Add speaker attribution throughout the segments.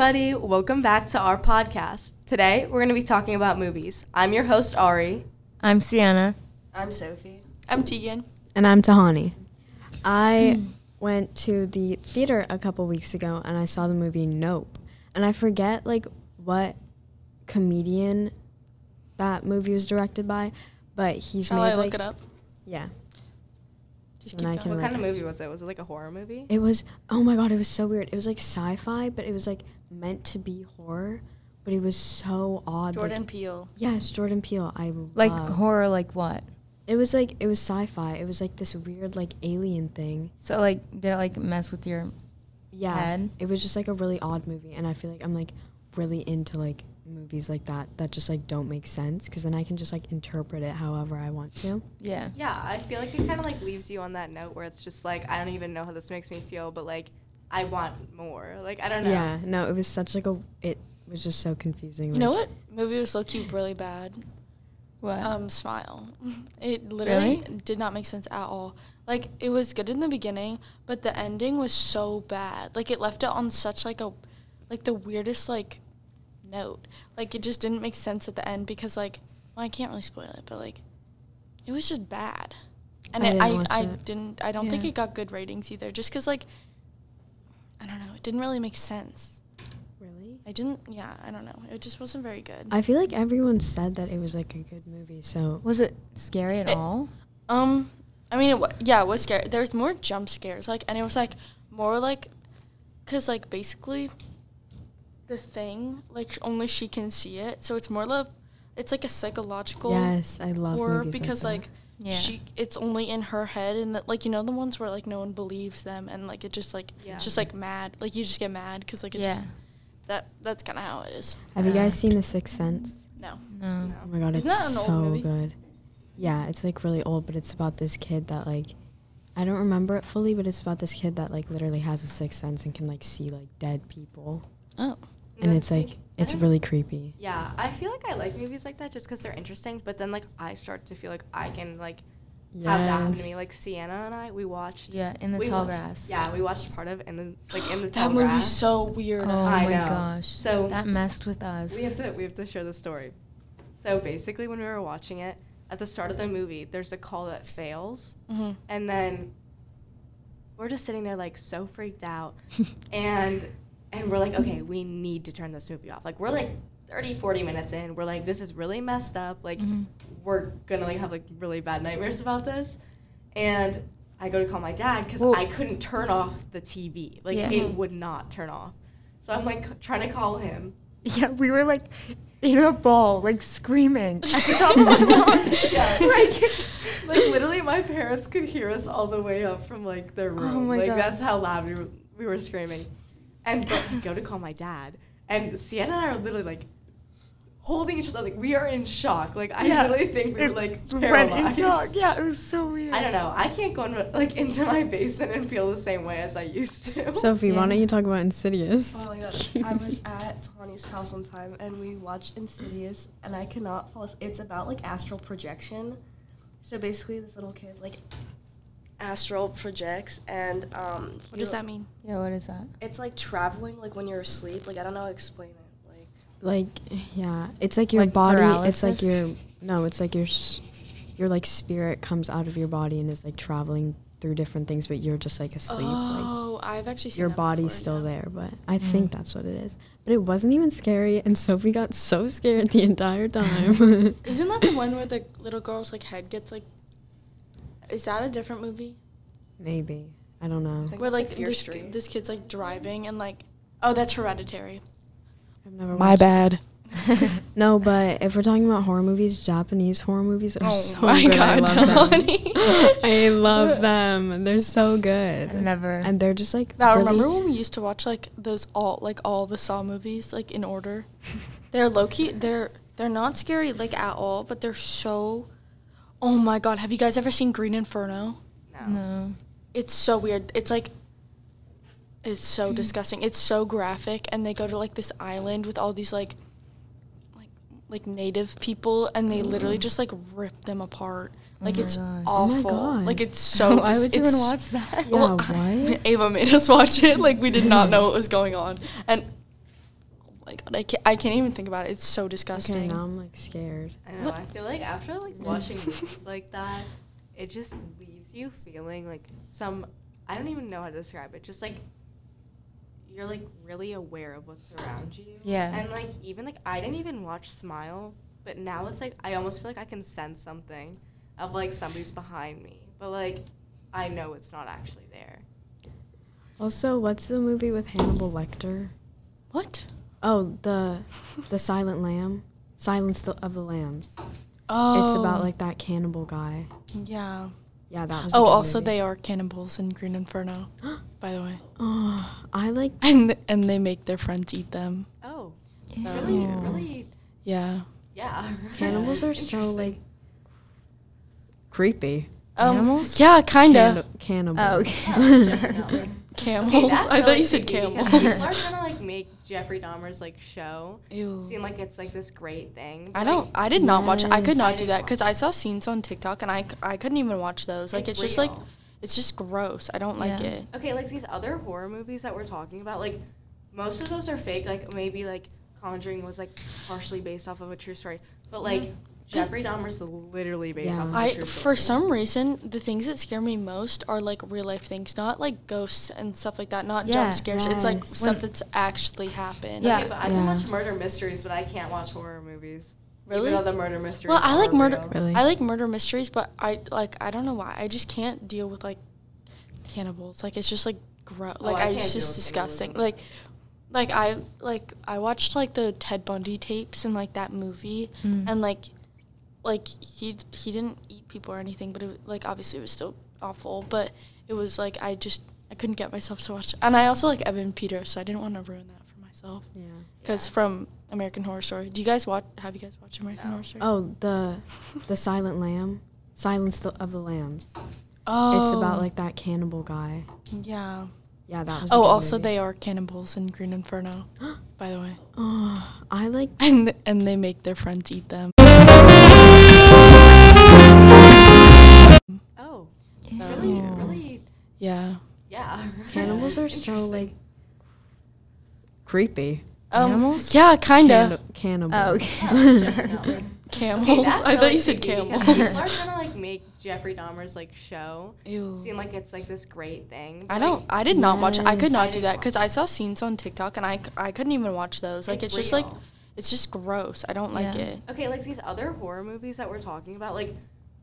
Speaker 1: welcome back to our podcast. Today, we're going to be talking about movies. I'm your host, Ari.
Speaker 2: I'm Sienna.
Speaker 3: I'm Sophie.
Speaker 4: I'm Tegan.
Speaker 5: And I'm Tahani. I
Speaker 4: Hmm.
Speaker 5: went to the theater a couple weeks ago and I saw the movie Nope. And I forget like what comedian that movie was directed by, but he's
Speaker 4: Shall I
Speaker 5: made
Speaker 4: look
Speaker 5: like
Speaker 4: it up?
Speaker 5: yeah.
Speaker 4: Just
Speaker 5: So then I
Speaker 4: keep
Speaker 5: can
Speaker 4: going.
Speaker 1: What kind of
Speaker 5: Okay.
Speaker 1: movie was it? Was it like a horror movie?
Speaker 5: It was oh my god, it was so weird. It was like sci-fi, but it was like meant to be horror, but it was so odd.
Speaker 4: Jordan
Speaker 5: Like,
Speaker 4: Peele.
Speaker 5: yes, Jordan Peele. I
Speaker 2: Like
Speaker 5: love.
Speaker 2: horror, like what?
Speaker 5: It was like it was sci-fi. It was like this weird like alien thing.
Speaker 2: So like did it like mess with your
Speaker 5: Yeah.
Speaker 2: Ed?
Speaker 5: It was just like a really odd movie and I feel like I'm like really into like movies like that that just like don't make sense cuz then I can just like interpret it however I want to.
Speaker 2: yeah?
Speaker 1: Yeah, I feel like it kind of like leaves you on that note where it's just like, I don't even know how this makes me feel, but like, I want more. Like, I don't know.
Speaker 5: Yeah. No, it was such like a it was just so confusing.
Speaker 4: You know
Speaker 5: like-
Speaker 4: what movie was low key really bad?
Speaker 2: What?
Speaker 4: Um, Smile. It literally did not make sense at all. Like it was good in the beginning, but the ending was so bad. Like it left it on such like a, like the weirdest like, note. Like it just didn't make sense at the end because like, well I can't really spoil it, but like, it was just bad. And
Speaker 5: I
Speaker 4: I it,
Speaker 5: didn't
Speaker 4: I,
Speaker 5: watch
Speaker 4: I
Speaker 5: it.
Speaker 4: didn't. I don't think
Speaker 2: Yeah.
Speaker 4: it got good ratings either. Just because like, I don't know. It didn't really make sense.
Speaker 5: Really?
Speaker 4: I didn't. Yeah, I don't know. It just wasn't very good.
Speaker 5: I feel like everyone said that it was like a good movie. So
Speaker 2: was it scary at
Speaker 4: It-
Speaker 2: all?
Speaker 4: Um, I mean, it wa- yeah, it was scary. There was more jump scares, like, and it was like more like, cause like basically, the thing like only she can see it, so it's more love. It's like a psychological
Speaker 5: yes, I love
Speaker 4: horror
Speaker 5: movies
Speaker 4: because
Speaker 5: like,
Speaker 4: like,
Speaker 5: that.
Speaker 2: Yeah.
Speaker 4: she, it's only in her head, and that like you know the ones where like no one believes them, and like it just like
Speaker 1: Yeah.
Speaker 4: it's just like mad, like you just get mad, cause like it
Speaker 2: yeah.
Speaker 4: just that that's kind of how it is.
Speaker 5: Have you
Speaker 2: uh,
Speaker 5: guys seen The Sixth Sense?
Speaker 4: No,
Speaker 2: No.
Speaker 5: Oh
Speaker 1: No.
Speaker 5: my god,
Speaker 4: Isn't
Speaker 5: it's
Speaker 4: that an old
Speaker 5: so
Speaker 4: movie?
Speaker 5: good. Yeah, it's like really old, but it's about this kid that like I don't remember it fully, but it's about this kid that like literally has a sixth sense and can like see like dead people.
Speaker 4: oh,
Speaker 5: And
Speaker 1: that's,
Speaker 5: it's like
Speaker 1: I
Speaker 5: it's
Speaker 1: don't-
Speaker 5: really creepy.
Speaker 1: Yeah, I feel like I like movies like that just because they're interesting. But then, like, I start to feel like I can, like, have that happen to me.
Speaker 5: Yes.
Speaker 1: Like, Sienna and I, we watched.
Speaker 2: Yeah, in the
Speaker 1: we
Speaker 2: tall
Speaker 1: watched-
Speaker 2: grass.
Speaker 1: Yeah, we watched part of and then, like, in the tall
Speaker 4: that movie's
Speaker 1: grass.
Speaker 4: so weird.
Speaker 2: Oh
Speaker 1: I
Speaker 2: my
Speaker 1: know.
Speaker 2: gosh.
Speaker 1: So-
Speaker 2: that messed with us.
Speaker 1: We have to we have to share the story. So basically, when we were watching it at the start of the movie, there's a call that fails,
Speaker 4: hmm
Speaker 1: and then we're just sitting there like so freaked out, and and we're like, okay, we need to turn this movie off. Like we're like 30, 40 minutes in, we're like, this is really messed up. Like
Speaker 2: Mhm.
Speaker 1: we're gonna like have like really bad nightmares about this, and. I go to call my dad because
Speaker 2: Well-
Speaker 1: I couldn't turn off the TV. Like
Speaker 2: Yeah. Mm-hmm.
Speaker 1: it would not turn off. So I'm like trying to call him,
Speaker 2: Yeah, we were like in a ball, like screaming at the top of our lungs.
Speaker 1: Yeah.
Speaker 2: Like,
Speaker 1: like literally my parents could hear us all the way up from like their room
Speaker 2: Oh my
Speaker 1: like
Speaker 2: gosh.
Speaker 1: that's how loud we were, we were screaming and but we go to call my dad and sienna and i are literally like holding each other like we are in shock like i
Speaker 2: Yeah.
Speaker 1: literally think we
Speaker 2: it
Speaker 1: were like
Speaker 2: went
Speaker 1: paralyzed
Speaker 2: in shock. Yeah, it was so weird.
Speaker 1: i don't know i can't go in, like into my basement and feel the same way as i used to
Speaker 5: Sophie,
Speaker 2: Yeah.
Speaker 5: why don't you talk about Insidious?
Speaker 3: Oh my god. I was at Tawny's house one time and we watched Insidious and I cannot fall as- It's about like astral projection. So basically this little kid like astral projects and um
Speaker 4: What does that mean?
Speaker 2: Yeah, what is that?
Speaker 3: It's like traveling like when you're asleep. Like I don't know how to explain it. Like
Speaker 5: like yeah, it's like your
Speaker 2: Like
Speaker 5: body. It's like your
Speaker 2: paralysis?
Speaker 5: no, it's like your s- your like spirit comes out of your body and is like traveling through different things, but you're just like asleep. like,
Speaker 4: Oh, I've actually seen
Speaker 5: your
Speaker 4: that
Speaker 5: body's
Speaker 4: before,
Speaker 5: still
Speaker 4: yeah.
Speaker 5: there, but
Speaker 4: Mm.
Speaker 5: I think that's what it is. But it wasn't even scary, and Sophie got so scared the entire time.
Speaker 4: Isn't that the one where the little girl's like head gets like? Is that a different movie?
Speaker 5: Maybe I don't know.
Speaker 3: think
Speaker 4: Where
Speaker 3: it's, like,
Speaker 4: like
Speaker 3: Fear
Speaker 4: this,
Speaker 3: Street.
Speaker 4: ki- this kid's like driving and like, oh, that's Hereditary.
Speaker 5: I've never. watched-
Speaker 4: bad.
Speaker 5: No, but if we're talking about horror movies, Japanese horror movies are
Speaker 4: Oh
Speaker 5: so
Speaker 4: my
Speaker 5: good. I
Speaker 4: God,
Speaker 5: love them.
Speaker 4: Tony.
Speaker 5: I love them. They're so good.
Speaker 2: I've never.
Speaker 5: And they're just like.
Speaker 4: Now
Speaker 5: really-
Speaker 4: remember when we used to watch like those all like all the Saw movies like in order? They're low key. They're they're not scary like at all, but they're so. Oh my god! Have you guys ever seen Green Inferno?
Speaker 1: no.
Speaker 2: no.
Speaker 4: It's so weird. It's like it's so disgusting. It's so graphic and they go to like this island with all these like like like native people and they literally just like rip them apart. Like
Speaker 2: my
Speaker 4: it's
Speaker 2: gosh.
Speaker 5: Oh my
Speaker 4: awful.
Speaker 5: God.
Speaker 4: like it's so
Speaker 2: Why
Speaker 4: dis-
Speaker 2: would you
Speaker 4: it's-
Speaker 2: even watch that?
Speaker 5: Yeah, what?
Speaker 4: Ava made us watch it. Like we did not know what was going on. And oh my god, I can't, I can't even think about it. It's so disgusting.
Speaker 5: Okay, now I'm like scared.
Speaker 1: I know. I feel like after like watching movies like that, it just leaves you feeling like some. I don't even know how to describe it. Just like you're like really aware of what's around you.
Speaker 2: Yeah.
Speaker 1: And like even like I didn't even watch Smile, but now it's like I almost feel like I can sense something of like somebody's behind me, but like I know it's not actually there.
Speaker 5: Also, what's the movie with Hannibal Lecter?
Speaker 4: What?
Speaker 5: Oh, the the Silent Lamb, Silence the- of the Lambs.
Speaker 4: Oh,
Speaker 5: It's about like that cannibal guy.
Speaker 4: yeah.
Speaker 5: Yeah, that was. a
Speaker 4: Oh,
Speaker 5: good
Speaker 4: also
Speaker 5: movie.
Speaker 4: they are cannibals in Green Inferno, by the way,
Speaker 5: Oh, I like.
Speaker 4: and th- and they make their friends eat them.
Speaker 1: Oh,
Speaker 4: So,
Speaker 1: really, really,
Speaker 4: Yeah.
Speaker 1: yeah.
Speaker 5: Cannibals are so
Speaker 1: Interesting.
Speaker 5: like creepy.
Speaker 4: Um,
Speaker 2: Animals?
Speaker 4: Yeah, kinda.
Speaker 5: Canni- cannibal.
Speaker 2: Oh, okay.
Speaker 1: No, like,
Speaker 4: Camels.
Speaker 1: Okay, that's
Speaker 4: I thought
Speaker 1: really
Speaker 4: you said
Speaker 1: creepy
Speaker 4: camels.
Speaker 1: because People are trying to like make Jeffrey Dahmer's like show
Speaker 4: Ew.
Speaker 1: seem like it's like this great thing.
Speaker 4: I
Speaker 1: but,
Speaker 4: don't.
Speaker 1: like,
Speaker 4: I did not watch. I could not do
Speaker 1: Yes.
Speaker 4: that because I saw scenes on TikTok and I c- I couldn't even watch those. Like it's,
Speaker 1: It's
Speaker 4: just like
Speaker 1: real.
Speaker 4: it's just gross. I don't like
Speaker 2: Yeah.
Speaker 4: it.
Speaker 1: okay, like these other horror movies that we're talking about, like most of those are fake. Like maybe like Conjuring was like partially based off of a true story, but like Jeffrey Dahmer's literally based
Speaker 5: Yeah.
Speaker 1: off. Of a
Speaker 4: Mm-hmm. I
Speaker 1: true story.
Speaker 4: for some reason the things that scare me most are like real life things, not like ghosts and stuff like that. Not
Speaker 2: Yeah,
Speaker 4: jump scares. It's like
Speaker 5: yes.
Speaker 4: stuff that's actually happened.
Speaker 2: Yeah.
Speaker 1: Okay, but I
Speaker 5: Yeah.
Speaker 1: can watch murder mysteries, but I can't watch horror movies.
Speaker 4: Really?
Speaker 1: Even though the murder mysteries.
Speaker 4: Well, I
Speaker 1: are
Speaker 4: like murder.
Speaker 1: real.
Speaker 5: Really?
Speaker 4: I like murder mysteries, but I like I don't know why. I just can't deal with like cannibals. Like it's just like gross.
Speaker 1: Oh,
Speaker 4: Like
Speaker 1: I
Speaker 4: I
Speaker 1: can't
Speaker 4: it's
Speaker 1: deal
Speaker 4: just
Speaker 1: with
Speaker 4: disgusting.
Speaker 1: cannibalism.
Speaker 4: Like like I like I watched like the Ted Bundy tapes and like that movie
Speaker 5: Mm.
Speaker 4: and like like he he didn't eat people or anything, but it was, like obviously it was still awful, but it was like I just I couldn't get myself to watch. And I also like Evan Peter, so I didn't want to ruin that for myself.
Speaker 5: Yeah.
Speaker 4: Cuz from American Horror Story. Do you guys watch have you guys watched American Horror Story?
Speaker 5: Oh, the the Silent Lamb, Silence the- of the Lambs.
Speaker 4: Oh.
Speaker 5: It's about like that cannibal guy.
Speaker 4: Yeah.
Speaker 5: Yeah, that was. a
Speaker 4: Oh,
Speaker 5: good
Speaker 4: also
Speaker 5: movie.
Speaker 4: they are cannibals in Green Inferno, by the way,
Speaker 5: Oh, I like.
Speaker 4: and th- and they make their friends eat them.
Speaker 1: Oh,
Speaker 4: So,
Speaker 1: really, really,
Speaker 4: Yeah.
Speaker 1: yeah.
Speaker 5: Cannibals are so
Speaker 1: Interesting.
Speaker 5: like creepy.
Speaker 4: Um,
Speaker 2: Animals?
Speaker 4: Yeah, kinda.
Speaker 5: Canni- cannibal.
Speaker 2: Oh, okay.
Speaker 1: No, like,
Speaker 4: Camels.
Speaker 1: Okay, that's
Speaker 4: I thought
Speaker 1: really
Speaker 4: you said
Speaker 1: creepy
Speaker 4: camels.
Speaker 1: because People are trying to like make Jeffrey Dahmer's like show
Speaker 4: Ew.
Speaker 1: seem like it's like this great thing.
Speaker 4: I
Speaker 1: but,
Speaker 4: don't. I did not watch. I could not
Speaker 1: Yes.
Speaker 4: do that because I saw scenes on TikTok and I, c- I couldn't even watch those. Like it's,
Speaker 1: It's
Speaker 4: just like,
Speaker 1: real.
Speaker 4: it's just gross. I don't like
Speaker 2: Yeah.
Speaker 4: it.
Speaker 1: Like, okay, like these other horror movies that we're talking about, like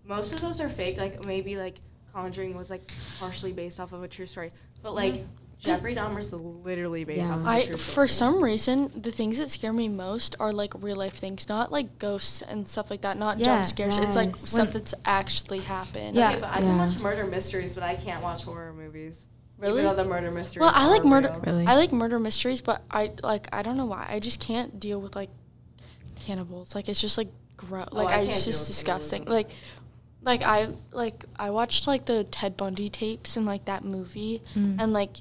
Speaker 1: most of those are fake. Like maybe like Conjuring was like partially based off of a true story, but like Jeffrey Dahmer's literally based
Speaker 5: Yeah.
Speaker 1: off. Of
Speaker 4: Mm-hmm. I
Speaker 1: a true
Speaker 4: for
Speaker 1: story.
Speaker 4: some reason the things that scare me most are like real life things, not like ghosts and stuff like that. Not
Speaker 2: Yeah,
Speaker 4: jump scares. It's like
Speaker 5: yes.
Speaker 4: stuff that's actually happened.
Speaker 2: Yeah.
Speaker 1: Okay, but I
Speaker 5: Yeah.
Speaker 1: can watch murder mysteries, but I can't watch horror movies.
Speaker 4: Really?
Speaker 1: Even though the murder mysteries.
Speaker 4: Well, I
Speaker 1: are
Speaker 4: like murder.
Speaker 1: real.
Speaker 5: Really?
Speaker 4: I like murder mysteries, but I like I don't know why. I just can't deal with like cannibals. Like it's just like gross. Like
Speaker 1: Oh, I
Speaker 4: I,
Speaker 1: can't
Speaker 4: it's
Speaker 1: deal
Speaker 4: just
Speaker 1: with
Speaker 4: disgusting.
Speaker 1: cannibalism.
Speaker 4: Like like I like I watched like the Ted Bundy tapes and like that movie and like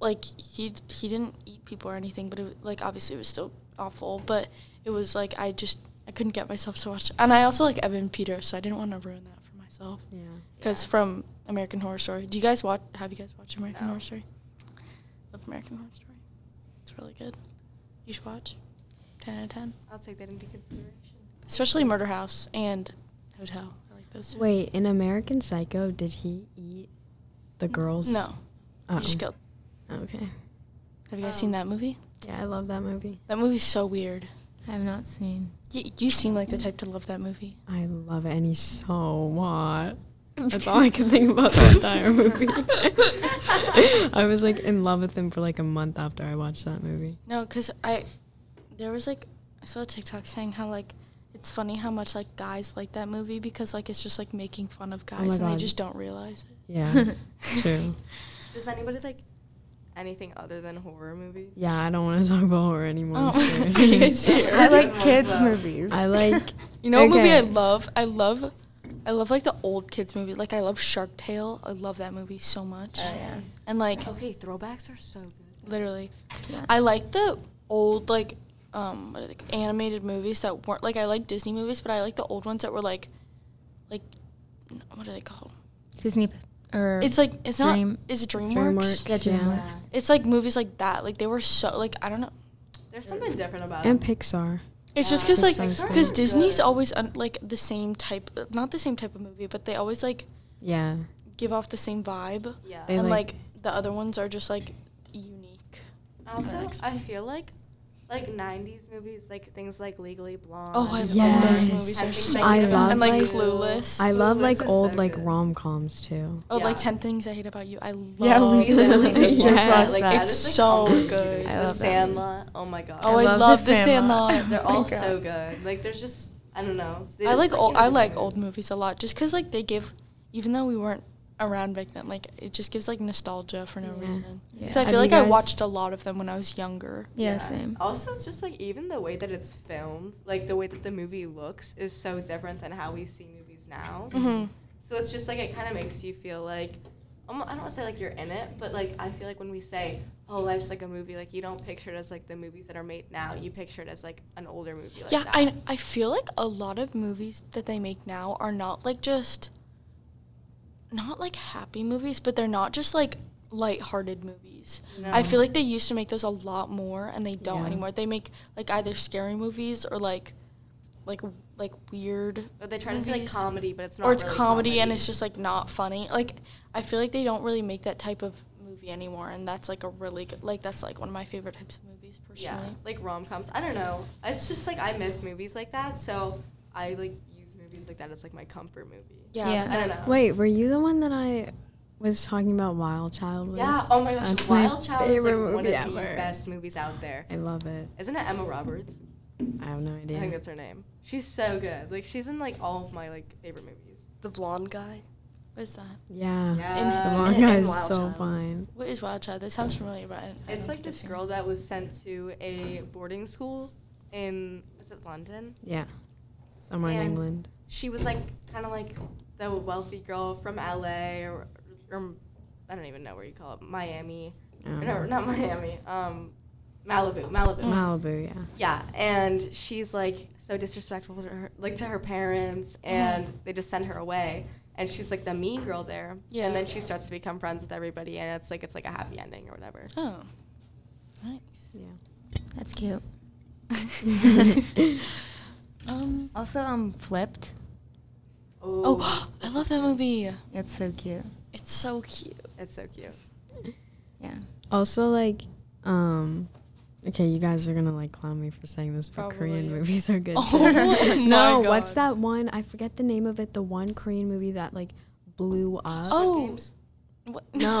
Speaker 4: like he he didn't eat people or anything, but it, wa- like obviously it was still awful, but it was like I just I couldn't get myself to watch. And I also like Evan Peters, so I didn't want to ruin that for myself.
Speaker 5: Yeah.
Speaker 4: Because from American Horror Story. Do you guys watch? Have you guys watched American Horror Story? Love American Horror Story. It's really good. You should watch. Ten out of ten.
Speaker 1: I'll take that into consideration.
Speaker 4: Especially Murder House and Hotel. I like those two.
Speaker 5: Wait, in American Psycho, did he eat the girls?
Speaker 4: No,
Speaker 5: Oh.
Speaker 4: you just killed.
Speaker 5: Okay.
Speaker 4: Have you guys seen that movie?
Speaker 5: Yeah, I love that movie.
Speaker 4: That movie's so weird.
Speaker 2: I have not seen.
Speaker 4: Y- you seem like the type to love that movie.
Speaker 5: I love it, and he's so hot. That's all I can think about the entire movie. I was like in love with him for like a month after I watched that movie.
Speaker 4: No, because I, there was like, I saw a TikTok saying how like, it's funny how much like guys like that movie because like it's just like making fun of guys
Speaker 5: my
Speaker 4: and they
Speaker 5: God.
Speaker 4: just don't realize it.
Speaker 5: Yeah, true.
Speaker 1: Does anybody like anything other than horror movies?
Speaker 5: Yeah, I don't want to talk about horror anymore. I'm
Speaker 4: Oh,
Speaker 5: scared.
Speaker 4: are you guys scared?
Speaker 2: I like
Speaker 1: Yeah.
Speaker 2: kids'
Speaker 1: So-
Speaker 2: movies.
Speaker 5: I like.
Speaker 4: You know what movie I
Speaker 5: Okay.
Speaker 4: love? I love, I love like the old kids movie. Like I love Shark Tale. I love that movie so
Speaker 6: Oh,
Speaker 4: much.
Speaker 2: yeah.
Speaker 4: And like
Speaker 1: Okay, throwbacks are so good.
Speaker 4: literally, I like the old like um what are they called? animated movies that weren't like I like Disney movies, but I like the old ones that were like, like n- what are they called?
Speaker 2: Disney or
Speaker 4: It's like it's not
Speaker 2: Dream-
Speaker 4: is it DreamWorks?
Speaker 5: DreamWorks.
Speaker 2: yeah,
Speaker 5: Yeah.
Speaker 2: DreamWorks.
Speaker 4: It's like movies like that. Like they were so like I don't know.
Speaker 1: There There's something different about
Speaker 5: and
Speaker 1: it.
Speaker 5: Pixar.
Speaker 4: It's just
Speaker 1: Yeah,
Speaker 4: 'cause just because
Speaker 5: Pixar's
Speaker 4: like
Speaker 5: good.
Speaker 4: because Disney's
Speaker 1: Good.
Speaker 4: always un- like the same type, not the same type of movie, but they always like
Speaker 5: Yeah,
Speaker 4: give off the same vibe,
Speaker 1: yeah.
Speaker 5: They
Speaker 4: and
Speaker 5: like-
Speaker 4: like the other ones are just like unique.
Speaker 1: also,
Speaker 4: Relax.
Speaker 1: I feel like like '90s movies, like things like Legally Blonde.
Speaker 4: Oh, I love
Speaker 5: Yes.
Speaker 4: those movies. They're
Speaker 1: Have
Speaker 4: so
Speaker 1: Things
Speaker 5: I
Speaker 1: Like
Speaker 4: good.
Speaker 1: That.
Speaker 5: love,
Speaker 4: and like,
Speaker 5: like-
Speaker 4: Clueless.
Speaker 5: I love
Speaker 1: Clueless
Speaker 5: like
Speaker 1: is so
Speaker 5: old like
Speaker 1: good.
Speaker 5: rom coms too.
Speaker 4: oh, like
Speaker 1: yeah.
Speaker 4: Ten Things I Hate About You. I love.
Speaker 2: Yeah, we literally
Speaker 4: that.
Speaker 2: just watched that.
Speaker 1: Like,
Speaker 4: It's
Speaker 1: is, like,
Speaker 4: so
Speaker 1: comedy.
Speaker 4: good.
Speaker 2: I
Speaker 1: The
Speaker 2: love that
Speaker 1: Sandlot. Oh my god.
Speaker 4: Oh, I,
Speaker 2: I
Speaker 4: love,
Speaker 2: love
Speaker 4: The
Speaker 2: The
Speaker 4: Sandlot.
Speaker 2: Sandlot.
Speaker 1: They're
Speaker 2: my
Speaker 1: all
Speaker 2: God.
Speaker 1: so good. Like there's just I don't know. They
Speaker 4: I
Speaker 1: just
Speaker 4: like old, I
Speaker 1: you
Speaker 4: like
Speaker 1: know.
Speaker 4: old movies a lot, just 'cause like they give, even though we weren't around back then, like it just gives like nostalgia for no
Speaker 5: Yeah.
Speaker 4: reason. 'Cause
Speaker 6: Yeah.
Speaker 4: I
Speaker 5: Have
Speaker 4: feel
Speaker 5: you
Speaker 4: like I
Speaker 5: guys-
Speaker 4: watched a lot of them when I was younger.
Speaker 6: Yeah, same.
Speaker 1: Also, it's just like even the way that it's filmed, like the way that the movie looks, is so different than how we see movies now.
Speaker 4: Mhm.
Speaker 1: So it's just like it kind of makes you feel like, um, I don't want to say like you're in it, but like I feel like when we say, "Oh, life's like a movie," like you don't picture it as like the movies that are made now. You picture it as like an older movie. Like
Speaker 4: yeah,
Speaker 1: that.
Speaker 4: I I feel like a lot of movies that they make now are not like just, not like happy movies, but they're not just like light-hearted movies. I feel like they used to make those a lot more, and they don't
Speaker 5: Yeah.
Speaker 4: anymore. They make like either scary movies or like, like like weird
Speaker 1: But they try to say like
Speaker 4: movies.
Speaker 1: comedy, but it's not.
Speaker 4: or it's
Speaker 1: really
Speaker 4: comedy, and it's just like not funny. Like I feel like they don't really make that type of movie anymore, and that's like a really good, like that's like one of my favorite types of movies
Speaker 1: yeah,
Speaker 4: personally.
Speaker 1: like rom coms. I don't know. It's just like I miss movies like that, so I like use movies like that as like my comfort movie.
Speaker 4: Yeah,
Speaker 6: Yeah.
Speaker 4: but
Speaker 1: I
Speaker 4: that-
Speaker 1: don't know.
Speaker 5: Wait, were you the one that I was talking about Wild Child with?
Speaker 1: Yeah. Oh my gosh,
Speaker 5: That's my
Speaker 1: Wild Child is like
Speaker 5: favorite
Speaker 1: one of
Speaker 5: movie
Speaker 1: the
Speaker 5: ever.
Speaker 1: best movies out there.
Speaker 5: I love it.
Speaker 1: Isn't it Emma Roberts?
Speaker 5: I have no idea.
Speaker 1: I think that's her name. She's so good. Like she's in like all of my like favorite movies.
Speaker 3: The blonde guy.
Speaker 4: what is that?
Speaker 5: yeah.
Speaker 1: Yeah.
Speaker 5: Uh, The
Speaker 1: And-
Speaker 5: manga
Speaker 1: and
Speaker 5: is
Speaker 1: Wild
Speaker 5: so
Speaker 1: Child.
Speaker 5: fine.
Speaker 4: What is Wild Child? That sounds familiar, but I, I
Speaker 1: It's
Speaker 4: don't
Speaker 1: like
Speaker 4: think I've
Speaker 1: this
Speaker 4: seen
Speaker 1: girl
Speaker 4: it.
Speaker 1: that was sent to a boarding school in is it London?
Speaker 5: Yeah. Somewhere in
Speaker 1: And-
Speaker 5: England.
Speaker 1: She was like kind of like the wealthy girl from LA or, or I don't even know where you call it Miami.
Speaker 5: Um,
Speaker 1: No, not Miami. Um, Malibu. Malibu.
Speaker 5: Malibu, yeah.
Speaker 1: Yeah, and she's like so disrespectful to her, like to her parents,
Speaker 4: Uh-huh.
Speaker 1: and they just send her away. And she's like the mean girl there.
Speaker 4: Yeah.
Speaker 1: And then she starts to become friends with everybody, and it's like it's like a happy ending or whatever.
Speaker 4: Oh, nice.
Speaker 5: Yeah.
Speaker 6: That's cute.
Speaker 4: Um.
Speaker 6: Also, um, flipped.
Speaker 4: Oh, I love that movie.
Speaker 6: It's so cute.
Speaker 4: It's so cute.
Speaker 1: it's so cute.
Speaker 6: Yeah.
Speaker 5: Also, like, um, okay, you guys are gonna like clown me for saying this, but Korean
Speaker 4: Probably.
Speaker 5: movies are good.
Speaker 4: Oh my
Speaker 5: no, what's
Speaker 4: God.
Speaker 5: that one? I forget the name of it. The one Korean movie that like blew up.
Speaker 4: Oh.
Speaker 1: Games?
Speaker 4: What?
Speaker 5: No.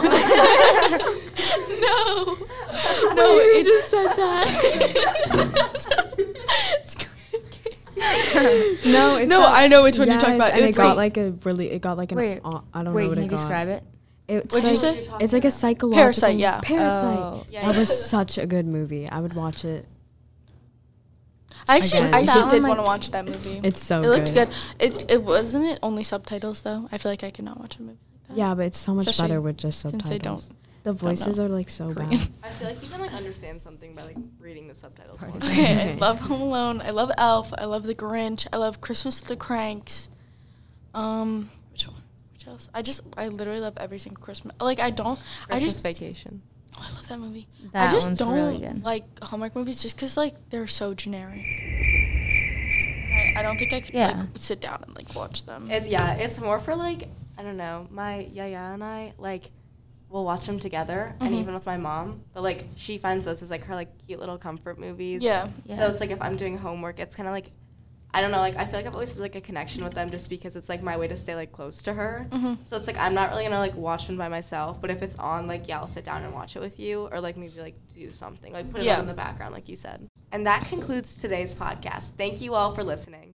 Speaker 4: no.
Speaker 5: no, you just said that. no, it's
Speaker 4: No,
Speaker 5: not-
Speaker 4: I know which one you're talking
Speaker 5: Yes,
Speaker 4: about.
Speaker 5: And it
Speaker 4: It's
Speaker 5: got
Speaker 4: like-
Speaker 5: like a really, it got like an.
Speaker 6: Wait,
Speaker 5: au- I don't know
Speaker 6: Wait,
Speaker 5: what
Speaker 6: can
Speaker 5: it
Speaker 6: you
Speaker 5: got.
Speaker 6: describe it?
Speaker 5: It's
Speaker 4: What'd you
Speaker 5: like-
Speaker 4: say?
Speaker 5: It's like a psychological
Speaker 4: Parasite, yeah.
Speaker 5: Parasite.
Speaker 6: Oh.
Speaker 1: Yeah,
Speaker 5: That
Speaker 1: yeah.
Speaker 5: was such a good movie. I would watch it.
Speaker 4: I actually,
Speaker 5: Again.
Speaker 4: I
Speaker 5: Is
Speaker 4: actually
Speaker 6: that
Speaker 4: did
Speaker 6: one,
Speaker 4: want to
Speaker 6: like-
Speaker 4: watch that movie.
Speaker 5: It's so
Speaker 4: it
Speaker 5: good.
Speaker 4: looked good. It it wasn't it only subtitles though. I feel like I could not watch a movie like that.
Speaker 5: Yeah, but it's so much
Speaker 4: Especially
Speaker 5: better with just
Speaker 4: since
Speaker 5: subtitles.
Speaker 4: I don't
Speaker 5: the voices
Speaker 4: know
Speaker 5: are like so
Speaker 4: Korean.
Speaker 5: bad.
Speaker 1: I feel like you can like understand something by like reading the subtitles. more.
Speaker 4: Okay, I
Speaker 5: Okay.
Speaker 4: love Home Alone. I love Elf. I love The Grinch. I love Christmas with the Cranks. Um, which one? Which else? I just I literally love every single Christmas. Like I don't. I
Speaker 1: Christmas
Speaker 4: just
Speaker 1: Vacation.
Speaker 4: oh, I love that movie.
Speaker 6: That
Speaker 4: I just
Speaker 6: one's
Speaker 4: don't
Speaker 6: really good.
Speaker 4: like Hallmark movies just because like they're so generic. I, I don't think I could
Speaker 6: Yeah.
Speaker 4: like sit down and like watch them.
Speaker 1: It's yeah, it's more for like I don't know. My yaya and I like we'll watch them together, and
Speaker 4: Mhm.
Speaker 1: even with my mom. But like she finds those as like her like cute little comfort movies.
Speaker 4: yeah.
Speaker 1: So it's like if I'm doing homework, it's kind of like I don't know. Like I feel like I've always had, like a connection with them just because it's like my way to stay like close to her.
Speaker 4: Mhm.
Speaker 1: So it's like I'm not really gonna like watch one by myself, but if it's on, like yeah, I'll sit down and watch it with you, or like maybe like do something, like put it
Speaker 4: Yeah.
Speaker 1: on in the background, like you said. And that concludes today's podcast. Thank you all for listening.